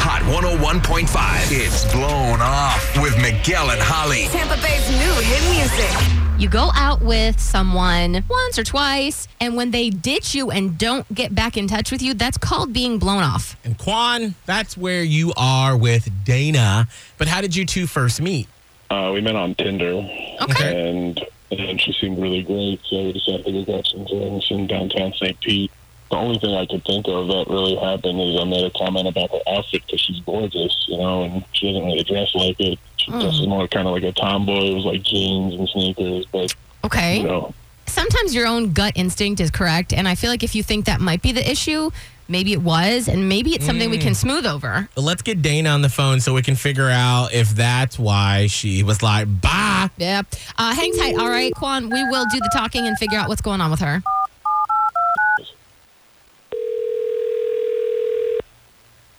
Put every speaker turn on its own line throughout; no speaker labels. Hot 101.5. It's blown off with Miguel and Holly.
Tampa Bay's new hit music.
You go out with someone once or twice, and when they ditch you and don't get back in touch with you, that's called being blown off.
And Quan, that's where you are with Dana. But how did you two first meet?
Uh, we met on Tinder.
Okay.
And, and she seemed really great, so we decided to go grab some drinks in downtown St. Pete. The only thing I could think of that really happened is I made a comment about her outfit because she's gorgeous, you know, and she doesn't really dress like it. She dresses more kind of like a tomboy. It was like jeans and sneakers, but,
Okay.
you know,
Sometimes your own gut instinct is correct, and I feel like if you think that might be the issue, maybe it was, and maybe it's something we can smooth over.
But let's get Dana on the phone so we can figure out if that's why she was like, bye.
Yeah. Uh, hang tight. All right, Quan, we will do the talking and figure out what's going on with her.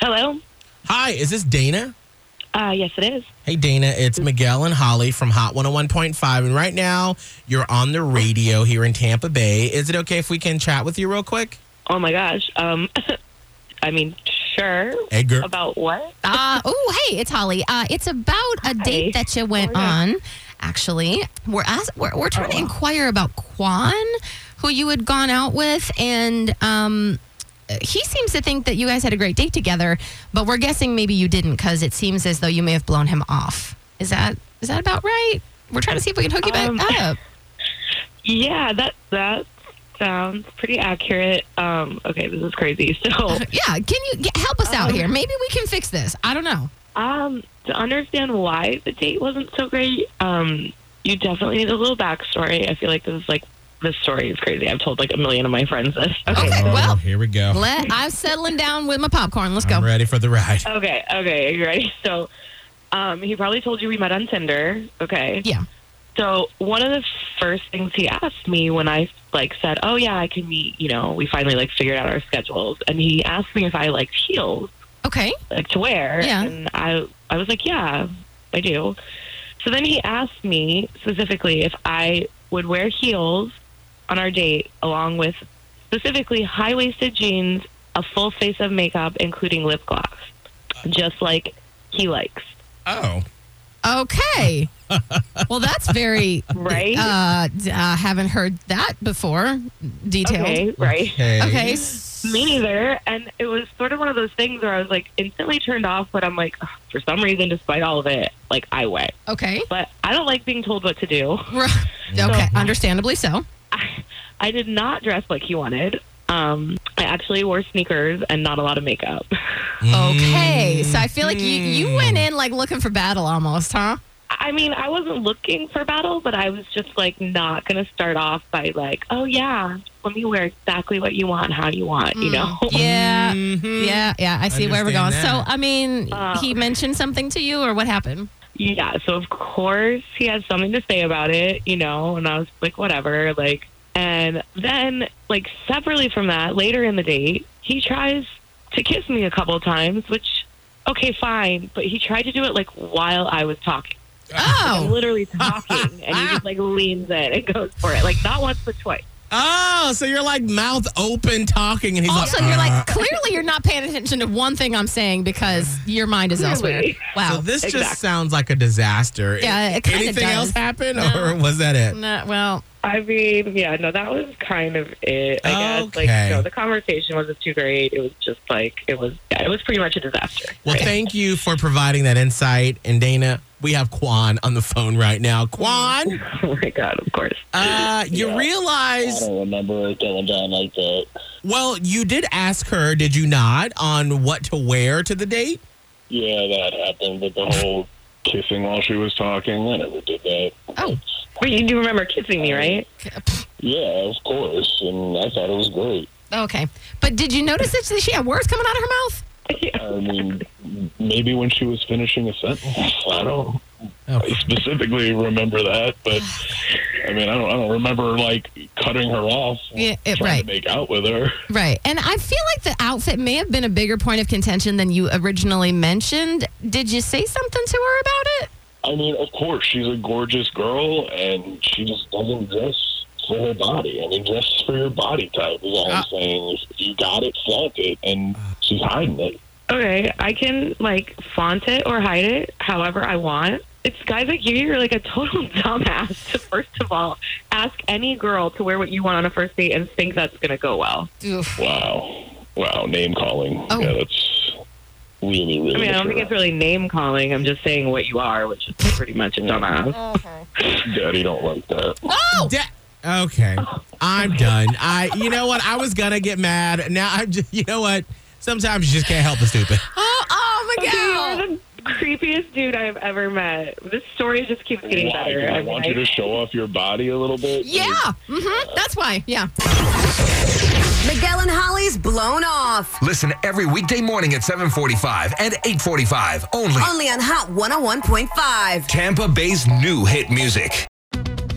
Hello.
Hi, is this Dana?
Uh, yes, it is.
Hey, Dana, it's Miguel and Holly from Hot 101.5. And right now, you're on the radio here in Tampa Bay. Is it okay if we can chat with you real quick?
Oh my gosh. Um, I mean, sure.
Hey, girl.
About what?
Uh, oh, hey, it's Holly. Uh, it's about a date that you went on, actually. We're, ask, we're, we're trying to inquire about Quan, who you had gone out with, and um, he seems to think that you guys had a great date together, but we're guessing maybe you didn't because it seems as though you may have blown him off. Is that is that about right? We're trying to see if we can hook you back
Um,
up.
Yeah, that that sounds pretty accurate. Um, okay, this is crazy. So,
Yeah, can you get, help us out here? Maybe we can fix this. I don't know.
um, to understand why the date wasn't so great, um, you definitely need a little backstory. I feel like this is like this story is crazy. I've told like a million of my friends this. Okay.
Okay,
Oh,
well,
here we go.
let, I'm settling down with my popcorn. Let's go.
I'm ready for the ride.
Okay. Okay. Are you ready? So, um, he probably told you we met on Tinder. Okay.
Yeah.
So one of the first things he asked me when I like said, "Oh yeah, I can meet," you know, we finally like figured out our schedules, and he asked me if I liked heels,
Okay.
like to wear,
Yeah.
and I I was like, "Yeah, I do." So then he asked me specifically if I would wear heels on our date, along with specifically high waisted jeans, a full face of makeup, including lip gloss, just like he likes,
Oh.
Okay. well, that's very.
right?
Uh, d- uh, haven't heard that before. Detailed.
okay, right.
Hey.
Okay, s-
Me neither. And it was sort of one of those things where I was like instantly turned off, but I'm like, "Ugh, for some reason, despite all of it, like I went.
Okay.
But I don't like being told what to do.
R- Okay. Understandably so.
I did not dress like he wanted. Um, I actually wore sneakers and not a lot of makeup.
Okay. So I feel like you
Mm.
you went in like looking for battle almost, huh?
I mean, I wasn't looking for battle, but I was just like not going to start off by like, oh yeah, let me wear exactly what you want, how you want, you know?
Yeah.
Mhm.
Yeah. Yeah. I see where we're going.
Understand that.
So I mean, he mentioned something to you, or what happened?
Yeah, so of course he had something to say about it, you know, and I was like, whatever, like, and then, like, separately from that, later in the date, he tries to kiss me a couple times, which, okay, fine, but he tried to do it, like, while I was talking. I'm
Oh.
literally talking, and he just, like, leans in and goes for it, like, not once, but twice.
Oh, so you're like mouth open talking, and he's
Also,
like,
you're
"Uh."
like clearly you're not paying attention to one thing I'm saying because your mind is elsewhere.
Clearly.
Wow.
So this
Exactly.
just sounds like a disaster.
Yeah, it kinda
Anything
does.
else happen,
No.
or was that it?
Nah, well,
I mean, yeah, no, that was kind of it, I guess.
Okay.
Like, no, the conversation wasn't too great. It was just, like, it was, yeah, it was pretty much a disaster.
Well, thank you for providing that insight. And Dana, we have Quan on the phone right now. Quan,
Oh, my God, of course.
uh, you
Yeah. I
realize,
don't remember it going down like that.
well, you did ask her, did you not, on what to wear to the date?
Yeah, that happened, but the whole kissing while she was talking, I never did that.
Oh. uh,
But you do remember kissing me, right?
Yeah, of course, and I thought it was great.
Okay. But did you notice that she had words coming out of her mouth?
I mean, maybe when she was finishing a sentence. I don't I specifically remember that, but I mean, I don't, I don't remember like cutting her off, or
Yeah, it-
trying
right.
to make out with her.
Right. And I feel like the outfit may have been a bigger point of contention than you originally mentioned. Did you say something to her about it?
I mean, of course, she's a gorgeous girl, and she just doesn't dress for her body. I mean, dress for your body type is all
Ah.
I'm saying. If you got it, flaunt it, and she's hiding it.
Okay, I can like flaunt it or hide it however I want. It's guys like you, you're like a total dumbass to first of all ask any girl to wear what you want on a first date and think that's gonna go well.
Wow, wow, name calling.
Oh.
Yeah, that's really, really.
I mean, I don't think it's really name calling. I'm just saying what you are, which is pretty much a dumbass.
it's daddy. Don't like that.
Oh,
Da- okay, I'm done. I, you know what? I was gonna get mad. Now I'm just, you know what? Sometimes you just can't help the stupid.
oh, oh
Okay, you are
Miguel.
the creepiest dude I've ever met. This story just keeps getting
Why? Do
better.
I
mean,
want
I-
you to show off your body a little bit.
Yeah. hmm That's why. Yeah.
Miguel and Holly's blown off.
Listen every weekday morning at 745 and 845 only.
Only on Hot 101.5.
Tampa Bay's new hit music.